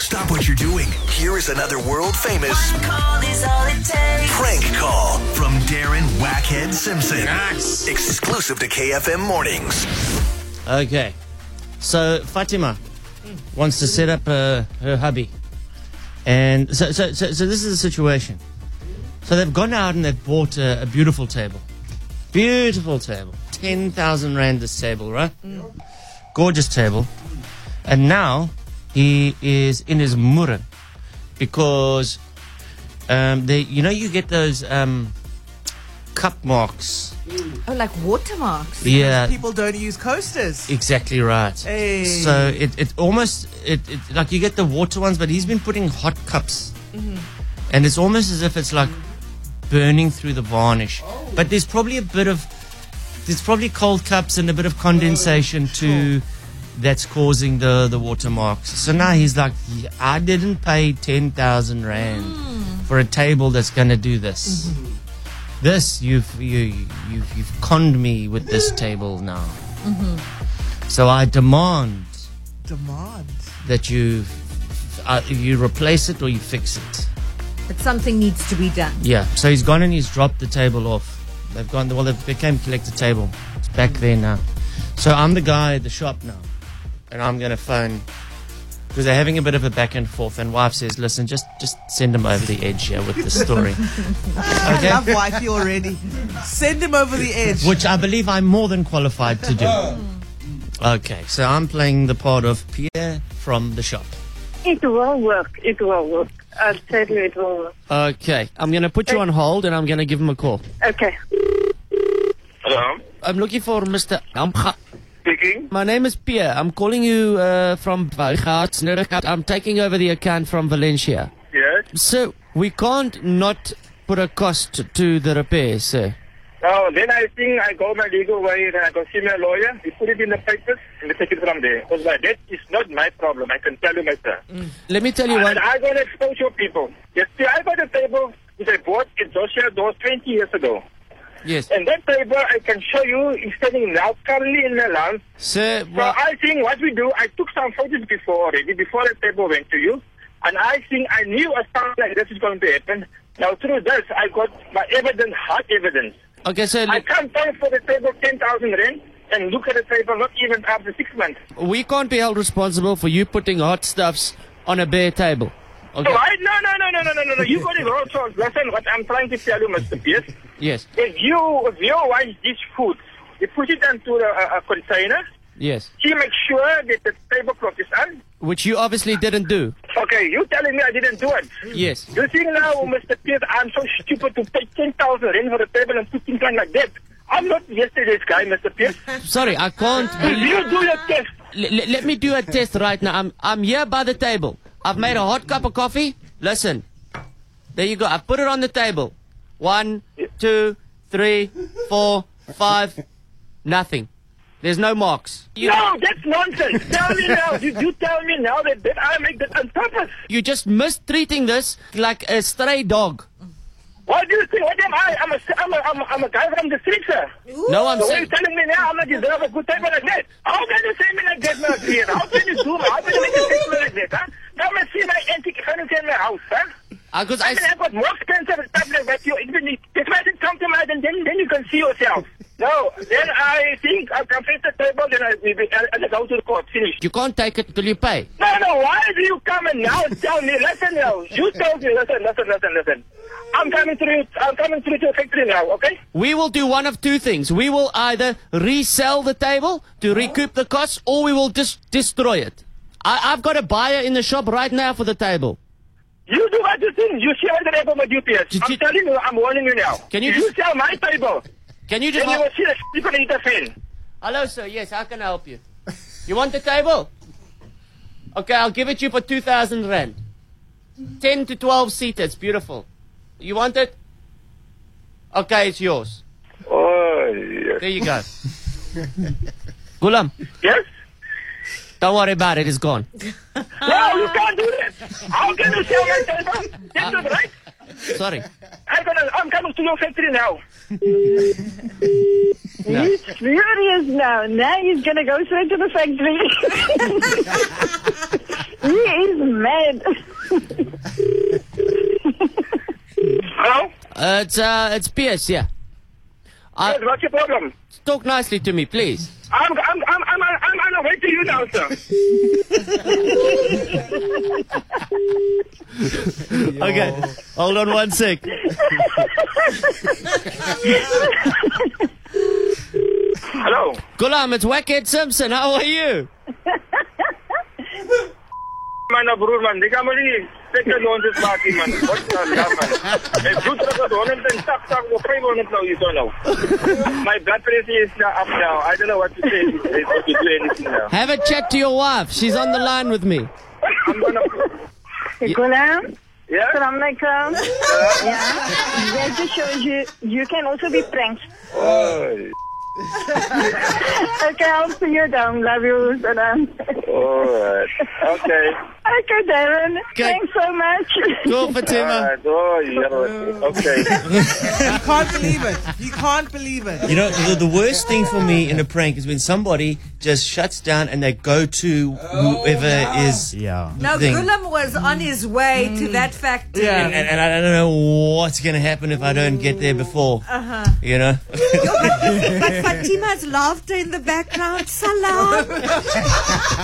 Stop what you're doing. Here is another world famous Call is all it takes. prank call from Darren Wackhead Simpson. Nice. Exclusive to KFM Mornings. Okay. So Fatima wants to set up uh, her hubby. And so, so, so, so this is the situation. So they've gone out and they've bought a, a beautiful table. Beautiful table. 10,000 Rand this table, right? Gorgeous table. And now he is in his murren because um, they, you know you get those um, cup marks. Oh, like watermarks. Yeah, People don't use coasters. Exactly right. Hey. So it, it almost it, it like you get the water ones, but he's been putting hot cups, and it's almost as if it's like burning through the varnish. But there's probably a bit of there's probably cold cups and a bit of condensation too that's causing the the watermarks. So now he's like, "Yeah, I didn't pay ten thousand rand for a table that's gonna do this. This you've you you've, you've conned me with this table now. So I demand Demand. that you uh, you replace it or you fix it. But something needs to be done. Yeah. So he's gone and he's dropped the table off. They've gone. Well, they've became collector table. It's back there now. So I'm the guy at the shop now, and I'm gonna phone because they're having a bit of a back and forth. And wife says, "Listen, just just send him over the edge here with this story." I love wifey already. Send him over the edge. which I believe I'm more than qualified to do. Okay, so I'm playing the part of Pierre from the shop. It will work. It will work. I'll tell you it will work. Okay, I'm going to put you on hold and I'm going to give him a call. Okay. Hello. I'm looking for Mr. Amcha. Speaking. My name is Pierre. I'm calling you uh, from Valgaard. I'm taking over the account from Valencia. Yes. Sir, we can't not put a cost to the repair, sir. Oh, then I think I go my legal way and I go see my lawyer. We put it in the papers and we take it from there. Because my debt is not my problem. I can tell you myself. Let me tell you And one. I going to expose your people. Yes, see, I got a table which I bought in Joshua Doors 20 years ago. Yes. And that table I can show you is standing now currently in my lounge. Sir, So well, I think what we do, I took some photos before already, before the table went to you, and I think I knew a sound like this is going to happen. Now through this, I got my evidence, hard evidence. okay, sir, I can't pay for the table 10,000 rand and look at the table not even after six months. we can't be held responsible for you putting hot stuffs on a bare table. Okay. So I, no, no, no, no, no, no, no, no. You got it wrong, Charles. Listen, what I'm trying to tell you, Mr. Pierce, Yes. if you, if you want this food, you put it into a, a, a container, Yes. you make sure that the tablecloth is on. Which you obviously didn't do. Okay, you telling me I didn't do it. Yes. You think now, Mr. Pierce, I'm so stupid to pay 10,000 rand for the table and put things on like that. I'm not yesterday's guy, Mr. Pierce. Sorry, I can't. If you do your test, L- l- let me do a test right now. I'm I'm here by the table. I've made a hot cup of coffee. Listen, there you go. I put it on the table. One, two, three, four, five. Nothing. There's no marks. You, no, that's nonsense. tell me now. You, you tell me now that, that I make that on purpose. you just mistreating this like a stray dog. What do you think? What am I? I'm a, I'm a, I'm a, I'm a guy from the street, sir. No, I'm So what are you saying. telling me now? I'm not deserve a good table like that. How can you say me like that, Mr. Pierce? How can you do How can you make a statement like that, huh? Come and see my antique furniture in my house, huh? Because I I, mean, I've got more expensive stuff like that. You, even if if I didn't come to my, then, then, then you can see yourself. No, then I think I can face the table, then I, we- we- I, I go to the court, finish. you can't take it till you pay. No, no, why do you come and now tell me, listen now, you told me, listen, listen, listen, listen. I'm coming through, I'm coming through to the factory now, okay? We will do one of two things. We will either resell the table to recoup the costs, or we will just destroy it. I, I've got a buyer in the shop right now for the table. You do what you think, you share the table with UPS. Did I'm you- telling you, I'm warning you now. Can you If just- You sell my table, Can you just then you will hol- see the shit you're gonna eat the fan. Hello, sir. Yes, how can I help you? You want the table? Okay, I'll give it you for 2,000 rand. 10 to 12 seater. It's beautiful. You want it? Okay, it's yours. Oh, yes. There you go. Gulam, Yes? don't worry about it. It's gone. Ah. No, you can't do that. How can you sell my table? That's not right. Sorry. I'm gonna, I'm coming to your factory now. No. He's furious now. Now he's going to go straight to the factory. he is I'm mad. Hello? Uh, it's uh, it's Pierce. Yeah. Uh, Ah. Yes, what's your problem? Talk nicely to me, please. I'm, I'm, I'm, I'm, I'm on the way to you now, sir. Okay, hold on one sec. Hello? Gulam, it's Wackhead Simpson. How are you? Man, uh, broer, man, die gaan maar nie seker loons maak nie, man. Wat dan, ja, man. Eh, Ek doen terug op 180 of 500 nou, you don't know. My blood pressure is now up now. I don't know what to say. It's not to do anything now. Have a chat to your wife. She's on the line with me. I'm gonna... Gulam, Yeah? Assalamu alaikum. Yeah. That just shows you, you can also be pranked. Oh, Okay, I'll see you down. Love you, Salam. alright. Okay. Okay, Darren. Okay. Thanks so much. Go Fatima. Alright. Oh, yeah. Okay. He can't believe it. He can't believe it. You know, the, the worst thing for me in a prank is when somebody just shuts down and they go to whoever is. Yeah. Now, Thing. Gulam was on his way to that factory. And, and, and I don't know what's going to happen if I don't get there before. Uh-huh. You know? But Fatima's laughter in the background. Salam.